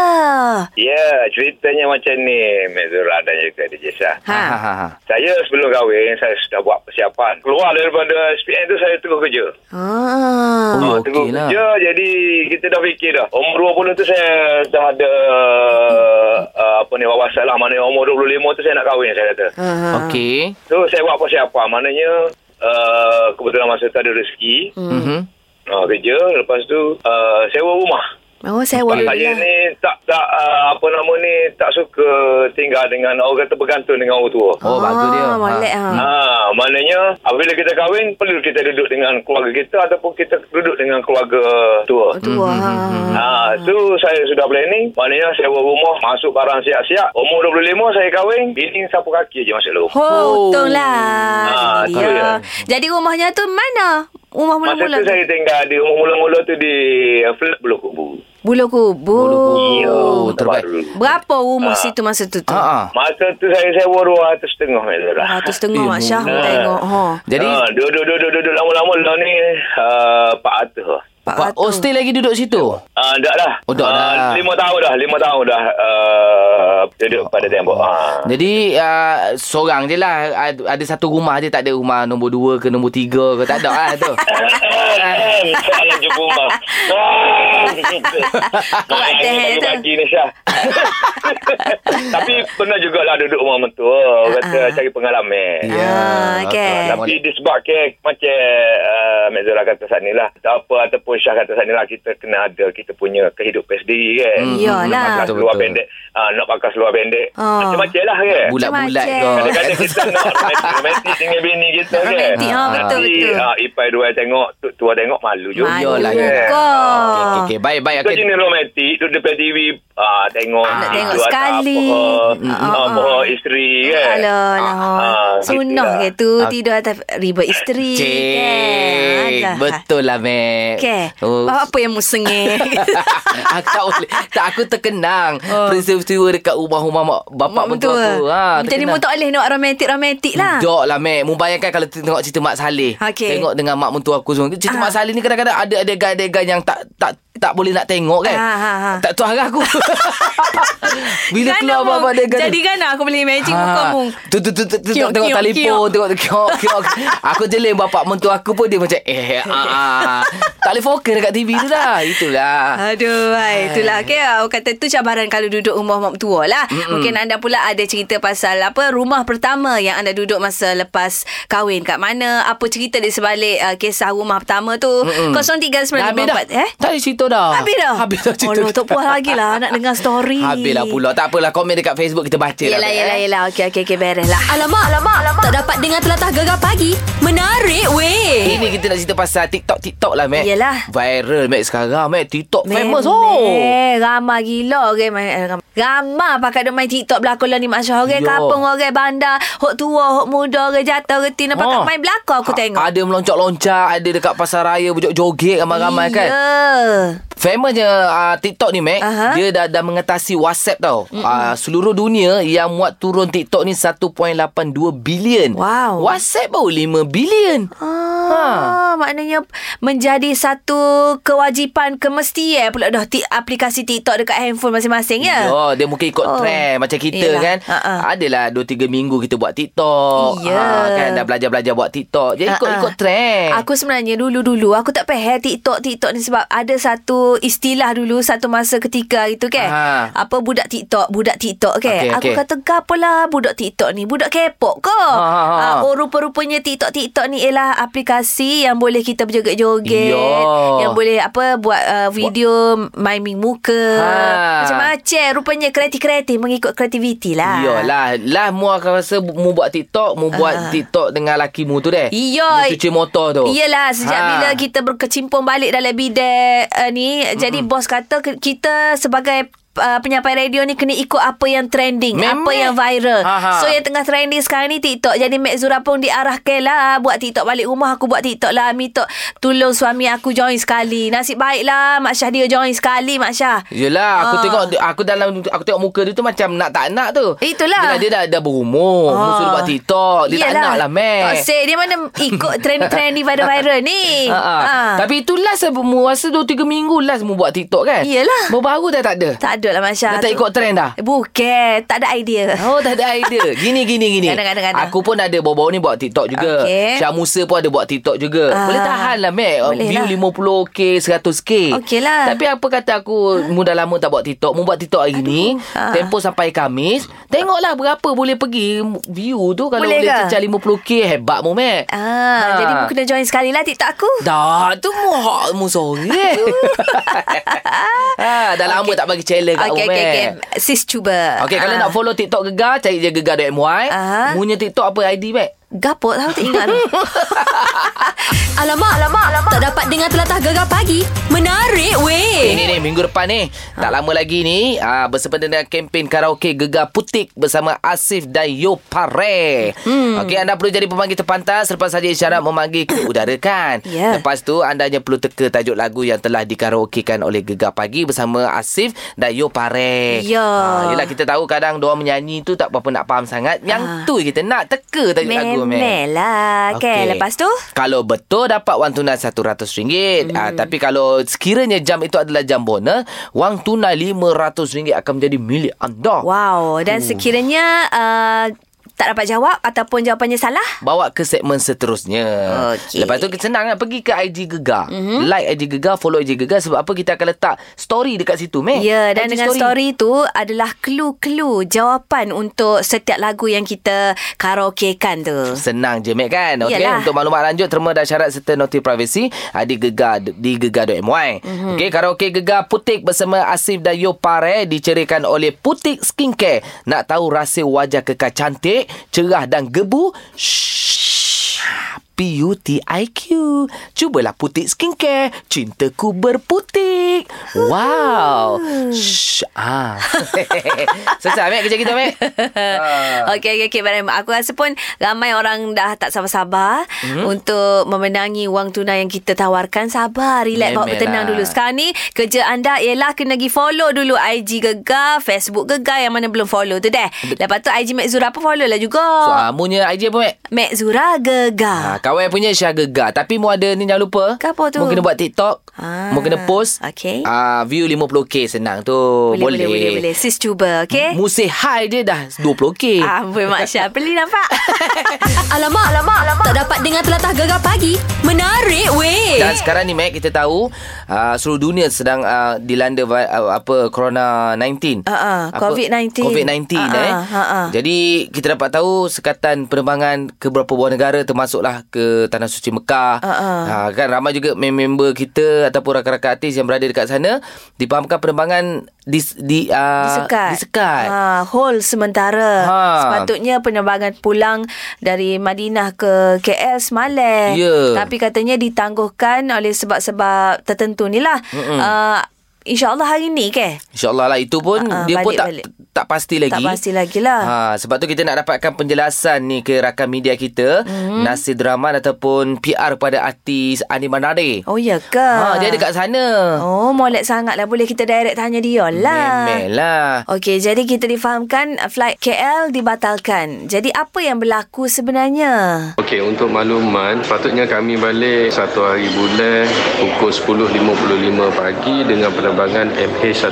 [SPEAKER 7] Ya, ceritanya macam ni, Mek Zura dan juga DJ Syah.
[SPEAKER 1] Ha.
[SPEAKER 2] Ha ha ha.
[SPEAKER 7] Saya sebelum kahwin, saya sudah buat persiapan. Keluar daripada SPM tu, saya tengah kerja.
[SPEAKER 1] Ah.
[SPEAKER 2] Oh,
[SPEAKER 7] Ah,
[SPEAKER 2] okey
[SPEAKER 7] tengah
[SPEAKER 2] lah.
[SPEAKER 7] kerja, jadi kita dah fikir dah. Umur 20 tu saya dah ada, uh, apa ni, wawasan lah. Maknanya umur 25 tu saya nak kahwin, saya kata.
[SPEAKER 1] Ah.
[SPEAKER 2] Okey.
[SPEAKER 7] So, saya buat persiapan. Maknanya, uh, kebetulan masa tu ada rezeki. Hmm.
[SPEAKER 2] Mhm.
[SPEAKER 7] Uh, kerja, lepas tu, uh, sewa rumah.
[SPEAKER 1] Oh, saya boleh.
[SPEAKER 7] Sebab saya ni tak tak uh, apa nama ni tak suka tinggal dengan orang kata bergantung dengan orang tua.
[SPEAKER 2] Oh, bagus dia.
[SPEAKER 1] Ah, molek ah.
[SPEAKER 7] Ha, maknanya apabila kita kahwin perlu kita duduk dengan keluarga kita ataupun kita duduk dengan keluarga
[SPEAKER 2] Hmm,
[SPEAKER 7] tua.
[SPEAKER 1] Tua.
[SPEAKER 7] Ha, tu saya sudah planning. Maknanya sewa rumah, masuk barang siap-siap. Umur 25 saya kahwin, bini sapu kaki je masuk dalam rumah.
[SPEAKER 1] Oh, untunglah.
[SPEAKER 7] Ah,
[SPEAKER 1] Jadi
[SPEAKER 7] tu
[SPEAKER 1] dia.
[SPEAKER 7] dia.
[SPEAKER 1] Jadi rumahnya tu mana? Rumah
[SPEAKER 7] Masa
[SPEAKER 1] mula-mula.
[SPEAKER 7] tu saya tinggal di rumah mula-mula tu di uh, flat Bulu Kubu.
[SPEAKER 1] Bulu kubur.
[SPEAKER 2] Oh, terbaik.
[SPEAKER 1] Berapa rumah situ masa tu tu?
[SPEAKER 2] Ha ah.
[SPEAKER 7] Masa tu saya sewa 200 tengah
[SPEAKER 1] Ratus tengah
[SPEAKER 2] Eh,
[SPEAKER 1] Mak Syah
[SPEAKER 7] Ah.
[SPEAKER 2] murah.
[SPEAKER 1] tengok. Ha.
[SPEAKER 2] Jadi
[SPEAKER 7] ha, duduk duduk duduk duduk lama-lama lah ni uh, 400 lah.
[SPEAKER 2] Pak oh, still lagi duduk situ.
[SPEAKER 7] Ah, dah lah.
[SPEAKER 2] Oh, dah
[SPEAKER 7] Ah,
[SPEAKER 2] lah.
[SPEAKER 7] lima tahun dah. Lima tahun dah uh, duduk pada tembok. Ah.
[SPEAKER 2] Jadi uh, seorang je lah Ad- Ada satu rumah je Tak ada rumah nombor dua ke nombor tiga ke Tak ada lah
[SPEAKER 1] [laughs]
[SPEAKER 2] tu
[SPEAKER 1] Ah,
[SPEAKER 7] Soalan jumpa rumah.
[SPEAKER 1] Kuat
[SPEAKER 7] Kuat
[SPEAKER 1] teh tu.
[SPEAKER 7] Kaki ni Syah. [laughs] Tapi pernah jugalah duduk rumah mentua.
[SPEAKER 1] Ah, ah.
[SPEAKER 7] Kata cari pengalaman.
[SPEAKER 1] Ya. Ah, okey.
[SPEAKER 7] Tapi disebabkan macam uh, Mek Zora kata saat ni lah. Tak apa ataupun Syah kata saat ni lah. Kita kena ada kita punya kehidupan sendiri kan.
[SPEAKER 2] Hmm,
[SPEAKER 1] Yalah.
[SPEAKER 7] Nak pakai
[SPEAKER 2] Betul,
[SPEAKER 7] seluar
[SPEAKER 2] betul.
[SPEAKER 7] pendek. Ah, nak pakai seluar pendek.
[SPEAKER 1] Ah.
[SPEAKER 7] Macam-macam lah kan.
[SPEAKER 2] Bulat-bulat
[SPEAKER 1] Macam
[SPEAKER 2] kau [laughs]
[SPEAKER 7] Kadang-kadang kita nak romantik dengan bini kita kan.
[SPEAKER 1] Romantik, ah, betul,
[SPEAKER 7] Nanti,
[SPEAKER 1] betul.
[SPEAKER 7] ah, ipai dua tengok, tuk tua tengok malu juga.
[SPEAKER 1] Malu
[SPEAKER 2] Yalah,
[SPEAKER 1] juga.
[SPEAKER 2] yalah.
[SPEAKER 1] Ah,
[SPEAKER 2] Okey, okey. Baik, baik
[SPEAKER 7] Kita
[SPEAKER 2] okay.
[SPEAKER 7] jenis romantik, duduk depan TV, ah, tengok.
[SPEAKER 1] Nak
[SPEAKER 7] video
[SPEAKER 1] tengok
[SPEAKER 7] atas
[SPEAKER 1] sekali.
[SPEAKER 7] Apa,
[SPEAKER 1] Ah, ah.
[SPEAKER 7] apa, isteri kan.
[SPEAKER 1] Alah, lah.
[SPEAKER 7] ah,
[SPEAKER 1] Sunnah ke
[SPEAKER 7] gitulah.
[SPEAKER 1] tu
[SPEAKER 2] Ah.
[SPEAKER 1] tidur atas ribut isteri. kan?
[SPEAKER 2] Cik
[SPEAKER 1] Alah.
[SPEAKER 2] Betul lah Mac
[SPEAKER 1] Okey.
[SPEAKER 2] Oh,
[SPEAKER 1] Apa yang mu sengih?
[SPEAKER 2] [laughs] aku Ah, tak boleh tak aku terkenang oh. peristiwa dekat rumah-rumah mak, bapak mentua aku ha
[SPEAKER 1] Jadi mu tak boleh nak romantik-romantik lah.
[SPEAKER 2] Dok lah Mac Membayangkan kalau tengok cerita Mak Saleh
[SPEAKER 1] Okey.
[SPEAKER 2] Tengok dengan mak mentua aku semua Cerita
[SPEAKER 1] Ah.
[SPEAKER 2] Mak Saleh ni kadang-kadang Ada adegan-adegan yang tak tak tak boleh nak tengok kan
[SPEAKER 1] Ah, ah, ah.
[SPEAKER 2] Tak tahu arah
[SPEAKER 1] [laughs]
[SPEAKER 2] aku Bila
[SPEAKER 1] Kan
[SPEAKER 2] keluar
[SPEAKER 1] Amung?
[SPEAKER 2] apa-apa adegan tu.
[SPEAKER 1] Jadi kan aku boleh imagine muka
[SPEAKER 2] Ah,
[SPEAKER 1] mu.
[SPEAKER 2] Tu tu tu tu, tu
[SPEAKER 1] Kiok,
[SPEAKER 2] tengok tengok
[SPEAKER 1] kiok,
[SPEAKER 2] telefon tengok kiok
[SPEAKER 1] [laughs]
[SPEAKER 2] kiok. Aku jeling bapak mentua aku pun dia macam eh ah,
[SPEAKER 1] [laughs]
[SPEAKER 2] ah. tak boleh fokus dekat TV tu dah. Itulah.
[SPEAKER 1] Aduh, hai. itulah okay, aku kata tu cabaran kalau duduk rumah mak tua lah. Mm-mm. Mungkin anda pula ada cerita pasal apa rumah pertama yang anda duduk masa lepas kahwin kat mana, apa cerita di sebalik uh, ah, kisah rumah pertama tu.
[SPEAKER 2] Dah habis dah.
[SPEAKER 1] 039543 eh.
[SPEAKER 2] Tak ada cerita tu dah.
[SPEAKER 1] Habis dah?
[SPEAKER 2] Habis dah cerita.
[SPEAKER 1] Alah,
[SPEAKER 2] tu
[SPEAKER 1] tak puas lagi lah nak dengar story.
[SPEAKER 2] [laughs] Habislah pula. Tak apalah komen dekat Facebook kita baca
[SPEAKER 1] Yelah,
[SPEAKER 2] lah.
[SPEAKER 1] yelah, yelah. Okey, okey, okey. Beres lah.
[SPEAKER 6] Alamak, alamak, alamak. Tak dapat dengar telatah gegar pagi. Menarik weh.
[SPEAKER 2] Ini kita nak cerita pasal TikTok TikTok lah Mac
[SPEAKER 1] Yelah.
[SPEAKER 2] Viral Mac sekarang Mac TikTok famous oh
[SPEAKER 1] Eh, ramai gila orang main. eh, ramai. Ramai pakai dia main TikTok belakang lah ni Mak Syah. Orang
[SPEAKER 2] Ya.
[SPEAKER 1] kapung, orang bandar, hok tua, hok muda, orang jatuh, orang tina. Pakai main belakang aku
[SPEAKER 2] Ha-
[SPEAKER 1] tengok.
[SPEAKER 2] Ada meloncat-loncat, ada dekat pasar raya berjoget-joget ramai-ramai kan.
[SPEAKER 1] Ya.
[SPEAKER 2] Famousnya uh, TikTok ni Mac,
[SPEAKER 1] Aha.
[SPEAKER 2] dia dah dah mengatasi WhatsApp tau. Uh, seluruh dunia yang muat turun TikTok ni 1.82 bilion.
[SPEAKER 1] Wow.
[SPEAKER 2] WhatsApp baru 5 bilion.
[SPEAKER 1] Ah, ha. maknanya menjadi satu kewajipan kemestian pula dah ti- aplikasi TikTok dekat handphone masing-masing ya.
[SPEAKER 2] Ya, dia mungkin ikut
[SPEAKER 1] Oh.
[SPEAKER 2] oh. trend macam kita
[SPEAKER 1] Yelah.
[SPEAKER 2] Yelah. kan.
[SPEAKER 1] Ha, ha.
[SPEAKER 2] Adalah 2 3 minggu kita buat TikTok.
[SPEAKER 1] Ya.
[SPEAKER 2] Ah, kan dah belajar-belajar buat TikTok. Jadi
[SPEAKER 1] Ha,
[SPEAKER 2] ikut
[SPEAKER 1] ha.
[SPEAKER 2] ikut trend.
[SPEAKER 1] Aku sebenarnya dulu-dulu aku tak faham TikTok TikTok ni sebab ada satu istilah dulu satu masa ketika itu kan.
[SPEAKER 2] Ha.
[SPEAKER 1] Apa budak TikTok, budak TikTok kan.
[SPEAKER 2] Okey,
[SPEAKER 1] aku
[SPEAKER 2] okey.
[SPEAKER 1] kata gapalah budak TikTok ni, budak K-pop ke.
[SPEAKER 2] Ha, ha, ha.
[SPEAKER 1] Ah, oh rupa-rupanya TikTok TikTok ni ialah aplikasi yang boleh kita berjoget-joget,
[SPEAKER 2] Ya.
[SPEAKER 1] yang boleh apa buat uh, video miming muka.
[SPEAKER 2] Ha.
[SPEAKER 1] Macam-macam rupanya kreatif-kreatif mengikut kreativiti lah.
[SPEAKER 2] Iyalah Lah mu akan rasa Mu buat TikTok Mu
[SPEAKER 1] Ah.
[SPEAKER 2] buat TikTok dengan laki mu tu deh
[SPEAKER 1] Iya.
[SPEAKER 2] Mu cuci motor tu
[SPEAKER 1] Iyalah sejak ha.
[SPEAKER 2] Ha.
[SPEAKER 1] bila kita berkecimpung balik dalam bidang uh, ni mm jadi bos kata ke- kita sebagai Uh, penyampai radio ni kena ikut apa yang trending
[SPEAKER 2] Memang. eh?
[SPEAKER 1] Apa yang viral
[SPEAKER 2] Aha.
[SPEAKER 1] So yang tengah trending sekarang ni TikTok Jadi Mek Zura pun diarahkan lah Buat TikTok balik rumah Aku buat TikTok lah Mitok tolong suami aku join sekali Nasib baik lah Mak Syah dia join sekali Mak Syah
[SPEAKER 2] Yelah aku
[SPEAKER 1] Ah.
[SPEAKER 2] tengok Aku dalam Aku tengok muka dia tu Macam nak tak nak tu
[SPEAKER 1] Itulah. Ah.
[SPEAKER 2] Yelah dia dah, dah berumur Mu suruh Oh, buat TikTok Dia tak nak lah Mac
[SPEAKER 1] Tak sik Dia mana ikut trend-trend
[SPEAKER 2] [laughs]
[SPEAKER 1] ni viral-viral ni
[SPEAKER 2] Ha, ha.
[SPEAKER 1] Ah.
[SPEAKER 2] Tapi itu last Mu rasa 2-3 minggu Last mu buat TikTok kan
[SPEAKER 1] Iyalah.
[SPEAKER 2] Baru-baru dah tak ada
[SPEAKER 1] Tak ada lah Masya
[SPEAKER 2] Dah tak ikut trend
[SPEAKER 1] [laughs]
[SPEAKER 2] dah?
[SPEAKER 1] Eh, Bukan Tak ada idea
[SPEAKER 2] Oh
[SPEAKER 1] [laughs]
[SPEAKER 2] tak ada idea Gini gini gini
[SPEAKER 1] Kadang, kadang, kadang.
[SPEAKER 2] Aku pun ada bawa-bawa ni Buat TikTok juga
[SPEAKER 1] Okey.
[SPEAKER 2] Syah Musa pun ada buat TikTok juga
[SPEAKER 1] Ah.
[SPEAKER 2] Boleh tahan lah Mac
[SPEAKER 1] Boleh
[SPEAKER 2] View
[SPEAKER 1] lah.
[SPEAKER 2] 50k 100k
[SPEAKER 1] Okey lah.
[SPEAKER 2] Tapi apa kata aku Mu dah lama tak buat TikTok Mu buat TikTok hari ni
[SPEAKER 1] Ah.
[SPEAKER 2] Tempoh sampai Kamis Tengoklah berapa boleh pergi View tu Kalau
[SPEAKER 1] Boleh ke?
[SPEAKER 2] boleh, cecah 50k Hebat mu Mac
[SPEAKER 1] Ah, Jadi mu kena join sekali lah TikTok aku
[SPEAKER 2] Dah tu mu hak mu sorang [laughs] ha, Dah lama
[SPEAKER 1] Okey.
[SPEAKER 2] tak bagi challenge kat
[SPEAKER 1] okay, okay,
[SPEAKER 2] mu Mac
[SPEAKER 1] okay. Sis cuba
[SPEAKER 2] Okey, kalau
[SPEAKER 1] Ah.
[SPEAKER 2] nak follow TikTok Gegar, cari je gegar.my.
[SPEAKER 1] Ah.
[SPEAKER 2] Punya TikTok apa ID, Mac?
[SPEAKER 1] Gapot tau lah, tak
[SPEAKER 2] [laughs]
[SPEAKER 1] ingat
[SPEAKER 6] Alamak, alamak, alamak. Tak dapat dengar telatah gegar pagi. Menarik
[SPEAKER 2] Eh,
[SPEAKER 6] weh.
[SPEAKER 2] ni, ni, minggu depan ni. Tak lama lagi ni, ah, bersempena dengan kempen karaoke Gegar Putik bersama Asif dan Yopare. Hmm. Okey, anda perlu jadi pemanggil terpantas selepas saja isyarat memanggil ke udara kan.
[SPEAKER 1] [coughs] Ya.
[SPEAKER 2] Lepas tu, anda hanya perlu teka tajuk lagu yang telah dikaraokekan oleh Gegar Pagi bersama Asif dan Yopare.
[SPEAKER 1] Ya.
[SPEAKER 2] Ah, yelah, kita tahu kadang diorang menyanyi tu tak apa-apa nak faham sangat. Yang
[SPEAKER 1] Ah.
[SPEAKER 2] tu kita nak teka tajuk lagu, Mac.
[SPEAKER 1] Memel lah okay.
[SPEAKER 2] Okey.
[SPEAKER 1] Lepas tu
[SPEAKER 2] Kalau betul dapat wang tunai RM100 hmm. ha, Tapi kalau sekiranya jam itu adalah jam bonus Wang tunai RM500 akan menjadi milik anda
[SPEAKER 1] Wow Dan sekiranya uh, Tak dapat jawab Ataupun jawapannya salah
[SPEAKER 2] Bawa ke segmen seterusnya
[SPEAKER 1] Okey. Mhm.
[SPEAKER 2] Lepas tu senang kan Pergi ke IG Gegar mm-hmm. Like IG Gegar Follow IG Gegar Sebab apa kita akan letak Story dekat situ meh.
[SPEAKER 1] Ya, dan
[SPEAKER 2] IG
[SPEAKER 1] dengan story. story tu adalah clue-clue jawapan untuk setiap lagu yang kita karaokekan tu.
[SPEAKER 2] Senang je Mac kan Okey
[SPEAKER 1] Yalah.
[SPEAKER 2] Untuk maklumat lanjut Terma dan syarat serta noti privasi ah, Di Gegar Di Gegar.my mm-hmm. Okey Karaoke Gegar Putik Bersama Asif dan Yopare Dicerikan oleh Putik Skincare Nak tahu rahsia wajah kekal cantik Cerah dan gebu Shhh PUTIQ Cubalah Putik Skincare Cintaku berputik Wow Shhh ah. [laughs] Selesai Mac kerja kita Mac Ah.
[SPEAKER 1] Okey, okey, okey. Madam. Aku rasa pun ramai orang dah tak sabar-sabar
[SPEAKER 2] Mhm.
[SPEAKER 1] hmm? untuk memenangi wang tunai yang kita tawarkan. Sabar, relax, bawa
[SPEAKER 2] Memel
[SPEAKER 1] bertenang
[SPEAKER 2] lah.
[SPEAKER 1] dulu. Sekarang ni, kerja anda ialah kena pergi follow dulu IG Gegar, Facebook Gegar yang mana belum follow tu deh. Lepas tu IG Mek Zura pun follow lah juga.
[SPEAKER 2] So, ah, Munya idea apa Mac?
[SPEAKER 1] Mek Zura
[SPEAKER 2] Ha,
[SPEAKER 1] Gegar.
[SPEAKER 2] kawan punya Syah gegar Tapi mu ada ni jangan lupa
[SPEAKER 1] Ah. Ke apa tu?
[SPEAKER 2] Mu kena buat TikTok
[SPEAKER 1] Ah,
[SPEAKER 2] Mu kena post
[SPEAKER 1] okey.
[SPEAKER 2] Ah, View 50k senang Ah, tu
[SPEAKER 1] boleh, boleh, boleh. Sis cuba, okey? Ah,
[SPEAKER 2] Mu say hi dia dah 20k
[SPEAKER 1] Amboi Mak Syah Pelik nampak
[SPEAKER 6] [laughs]
[SPEAKER 1] [laughs]
[SPEAKER 6] Alamak, alamak, alamak. Tak dapat dengar telatah gegar pagi. Menarik weh.
[SPEAKER 2] Dan sekarang ni Mac kita tahu uh, seluruh dunia sedang uh, dilanda vi- uh, apa corona 19.
[SPEAKER 1] Ah, ah,
[SPEAKER 2] Apa?
[SPEAKER 1] COVID-19.
[SPEAKER 2] COVID-19
[SPEAKER 1] Ah, ah,
[SPEAKER 2] eh.
[SPEAKER 1] ah, ah.
[SPEAKER 2] Jadi kita dapat tahu sekatan penerbangan ke beberapa buah negara termasuklah ke ke Tanah Suci Mekah.
[SPEAKER 1] Uh-uh.
[SPEAKER 2] Ha, kan ramai juga mem- member kita ataupun rakan-rakan artis yang berada dekat sana dipahamkan penerbangan di di uh,
[SPEAKER 1] Disekat.
[SPEAKER 2] disekat.
[SPEAKER 1] Ha, hold sementara.
[SPEAKER 2] Ha.
[SPEAKER 1] Sepatutnya penerbangan pulang dari Madinah ke KL semalam.
[SPEAKER 2] Ya.
[SPEAKER 1] Tapi katanya ditangguhkan oleh sebab-sebab tertentu ni lah. Uh, InsyaAllah hari ni ke?
[SPEAKER 2] InsyaAllah lah itu pun
[SPEAKER 1] Ah, ah,
[SPEAKER 2] dia pun
[SPEAKER 1] balik,
[SPEAKER 2] tak
[SPEAKER 1] balik.
[SPEAKER 2] tak pasti lagi.
[SPEAKER 1] Tak pasti lagi lah.
[SPEAKER 2] Ha sebab tu kita nak dapatkan penjelasan ni ke rakan media
[SPEAKER 1] Mhm.
[SPEAKER 2] kita mm-hmm. Nasir Draman ataupun PR pada artis Ani Manare.
[SPEAKER 1] Oh ya ke?
[SPEAKER 2] Ha dia dekat sana.
[SPEAKER 1] Oh, molek sangat lah. Boleh kita direct tanya dia lah.
[SPEAKER 2] Memel lah.
[SPEAKER 1] Okey, jadi kita difahamkan uh, flight KL dibatalkan. Jadi apa yang berlaku sebenarnya?
[SPEAKER 8] Okey, untuk makluman, sepatutnya kami balik satu hari bulan pukul 10.55 pagi dengan penerbangan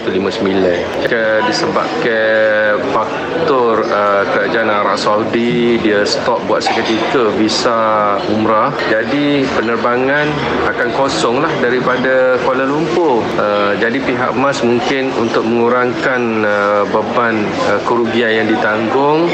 [SPEAKER 8] MH159. Ke, disebabkan faktor uh, kerajaan Arab Saudi, dia stop buat seketika visa umrah. Jadi, penerbangan akan kosong lah daripada Kuala Lumpur. Uh, jadi, pihak MAS mungkin untuk mengurangkan uh, beban uh, kerugian yang ditanggung,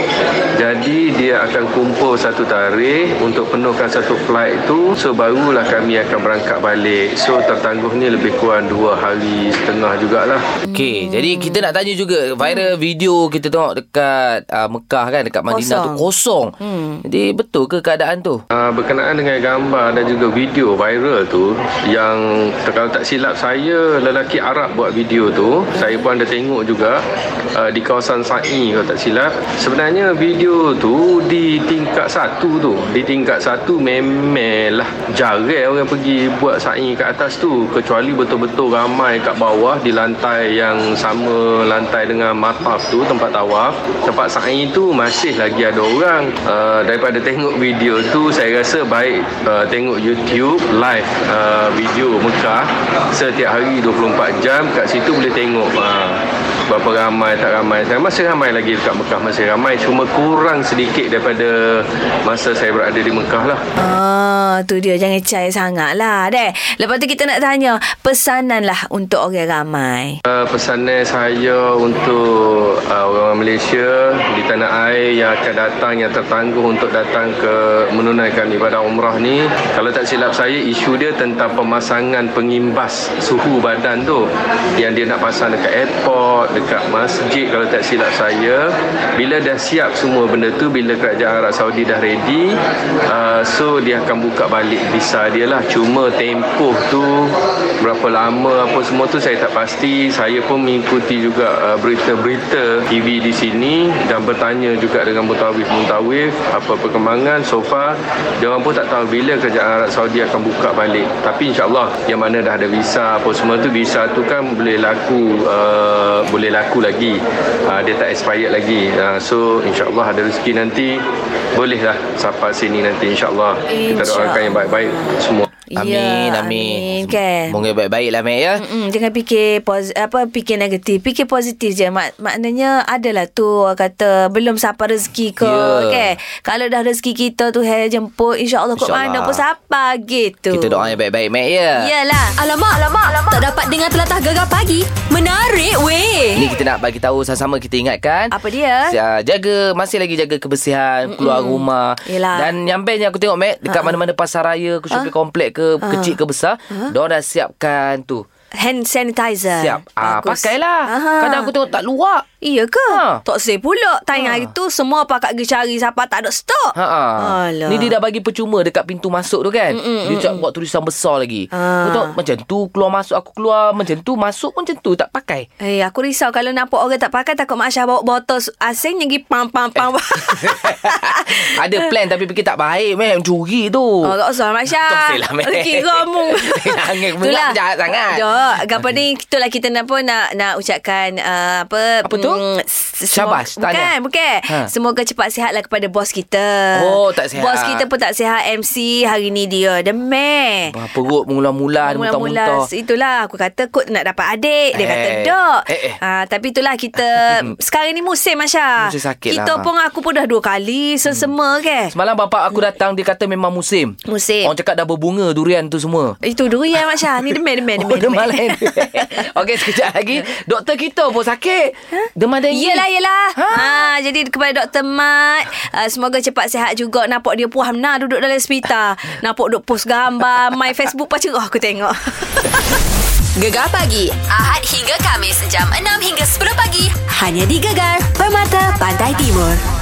[SPEAKER 8] jadi dia akan kumpul satu tarikh untuk penuhkan satu flight tu so barulah kami akan berangkat balik so tertangguh ni lebih kurang dua hari setengah jugalah
[SPEAKER 2] Okey, hmm. jadi kita nak tanya juga viral hmm. video kita tengok dekat uh, Mekah kan dekat Madinah
[SPEAKER 1] Kosong.
[SPEAKER 2] tu kosong. Hmm. Jadi betul ke keadaan tu?
[SPEAKER 8] Uh, berkenaan dengan gambar dan juga video viral tu yang tak- kalau tak silap saya lelaki Arab buat video tu saya pun ada tengok juga uh, di kawasan Sa'i kalau tak silap sebenarnya video tu di tingkat satu tu di tingkat satu memel lah jarang orang pergi buat Sa'i kat atas tu kecuali betul-betul ramai kat bawah di lantai yang sama lantai dengan mataf tu tempat tawaf tempat Sa'i tu masih lagi ada orang uh, daripada tengok video tu saya rasa baik uh, tengok YouTube live uh, video Mekah setiap hari 24 jam kat situ boleh tengok uh, berapa ramai tak ramai saya masih ramai lagi dekat Mekah masih ramai cuma kurang sedikit daripada masa saya berada di Mekah lah
[SPEAKER 1] Ah, tu dia jangan cair sangat lah deh. Lepas tu kita nak tanya pesanan lah untuk orang ramai.
[SPEAKER 8] Uh, pesanan saya untuk uh, orang Malaysia di tanah air yang akan datang yang tertangguh untuk datang ke menunaikan ibadah umrah ni kalau tak silap saya isu dia tentang pemasangan pengimbas suhu badan tu yang dia nak pasang dekat airport dekat masjid kalau tak silap saya bila dah siap semua benda tu bila kerajaan Arab Saudi dah ready uh, so dia akan buka balik visa dia lah cuma tempoh tu berapa lama apa semua tu saya tak pasti saya pun mengikuti juga uh, berita-berita TV di sini dan bertanya juga dengan mutawif-mutawif apa perkembangan so far dia orang pun tak tahu bila kerajaan Arab Saudi akan buka balik tapi insyaallah yang mana dah ada visa apa semua tu visa tu kan boleh laku uh, boleh laku lagi uh, dia tak expired lagi uh, so insyaallah ada rezeki nanti bolehlah sampai sini nanti insyaallah kita doakan yang baik-baik semua
[SPEAKER 2] Amin, amin.
[SPEAKER 1] Ya, Amin kan. Hmm,
[SPEAKER 2] Moga baik-baik lah, Mek, ya.
[SPEAKER 1] Mm-mm, jangan fikir poz, apa fikir negatif, fikir positif je. Mak, maknanya adalah tu orang kata belum sampai rezeki ke
[SPEAKER 2] Ya.
[SPEAKER 1] kan. Kalau dah rezeki kita tu hai jemput insya-Allah kot
[SPEAKER 2] InsyaAllah.
[SPEAKER 1] mana pun sampai gitu.
[SPEAKER 2] Kita doa yang baik-baik, Mek, ya.
[SPEAKER 1] Yalah.
[SPEAKER 6] Alamak, alamak, alamak. Tak dapat dengar telatah gegar pagi. Menarik weh.
[SPEAKER 2] Ini kita nak bagi tahu sama-sama kita ingatkan.
[SPEAKER 1] Apa dia?
[SPEAKER 2] Ya, jaga masih lagi jaga kebersihan Mm-mm. keluar rumah.
[SPEAKER 1] Yelah. Ha.
[SPEAKER 2] Dan yang best yang aku tengok Mac dekat mana-mana pasar raya ke shopping komplek ke kecil ke besar,
[SPEAKER 1] Ha.
[SPEAKER 2] uh dah siapkan tu.
[SPEAKER 1] Hand sanitizer.
[SPEAKER 2] Siap. Ah
[SPEAKER 1] Bagus.
[SPEAKER 2] pakailah.
[SPEAKER 1] Aha.
[SPEAKER 2] Kadang aku tengok tak luak.
[SPEAKER 1] Iya ke?
[SPEAKER 2] Ha.
[SPEAKER 1] Tak saya pula. Tanya hari tu semua pakat pergi cari siapa tak ada stok.
[SPEAKER 2] Ha ah.
[SPEAKER 1] Alah.
[SPEAKER 2] Ni dia dah bagi percuma dekat pintu masuk tu kan. Mm-mm, dia cakap buat tulisan besar lagi.
[SPEAKER 1] Ah.
[SPEAKER 2] Kau tahu macam tu keluar masuk aku keluar macam tu masuk pun macam tu tak pakai. [laughs]
[SPEAKER 1] Eh, aku risau kalau nampak orang tak pakai takut Mak Syah bawa botol su- asing yang pergi pam pam pam.
[SPEAKER 2] Ada plan tapi fikir tak baik meh curi tu.
[SPEAKER 1] [laughs] Oh, tak usah Mak Syah.
[SPEAKER 2] Tak usah lah, Mek. [laughs]
[SPEAKER 1] Kira mu.
[SPEAKER 2] Jangan menganggap
[SPEAKER 1] Itulah.
[SPEAKER 2] jahat sangat.
[SPEAKER 1] Dok, gapo ni itulah kita nak pun nak nak ucapkan uh, apa
[SPEAKER 2] Apa tu?
[SPEAKER 1] s-
[SPEAKER 2] Syabas,
[SPEAKER 1] semoga-
[SPEAKER 2] tahniah.
[SPEAKER 1] Bukan, bukan.
[SPEAKER 2] Ha.
[SPEAKER 1] Semoga cepat sihatlah kepada bos kita.
[SPEAKER 2] Oh, tak sihat.
[SPEAKER 1] Bos kita pun tak sihat MC hari ni dia. Demeh.
[SPEAKER 2] Wah, perut mula-mula dia
[SPEAKER 1] Mula-mula
[SPEAKER 2] muntah-muntah.
[SPEAKER 1] Itulah aku kata Kut nak dapat adik Dia
[SPEAKER 2] Eh.
[SPEAKER 1] kata dok
[SPEAKER 2] Eh, eh.
[SPEAKER 1] Ah, Tapi itulah
[SPEAKER 2] [laughs]
[SPEAKER 1] kita Sekarang ni musim Masya
[SPEAKER 2] Musim sakit
[SPEAKER 1] Kita
[SPEAKER 2] lah.
[SPEAKER 1] pun aku pun dah dua kali Sesema ke
[SPEAKER 2] Semalam bapak aku datang dia kata memang musim.
[SPEAKER 1] Musim.
[SPEAKER 2] Orang cakap dah berbunga durian tu semua.
[SPEAKER 1] Itu durian Masya Ni demam
[SPEAKER 2] [laughs]
[SPEAKER 1] demam demam
[SPEAKER 2] Oh, [laughs]
[SPEAKER 1] [laughs]
[SPEAKER 2] demam lain. Okey, sekejap lagi. Doktor kita pun sakit. Demam dengue.
[SPEAKER 1] Yelah yelah, yelah. Ha. ha. jadi kepada Dr. Mat, uh, semoga cepat sihat juga. Nampak dia puas nah duduk dalam
[SPEAKER 6] [laughs]
[SPEAKER 1] hospital. Nampak duduk post gambar. My Facebook pun cerah aku tengok.
[SPEAKER 6] Gegar pagi Ahad hingga Kamis jam 6 hingga 10 pagi hanya di Gegar Permata Pantai Timur.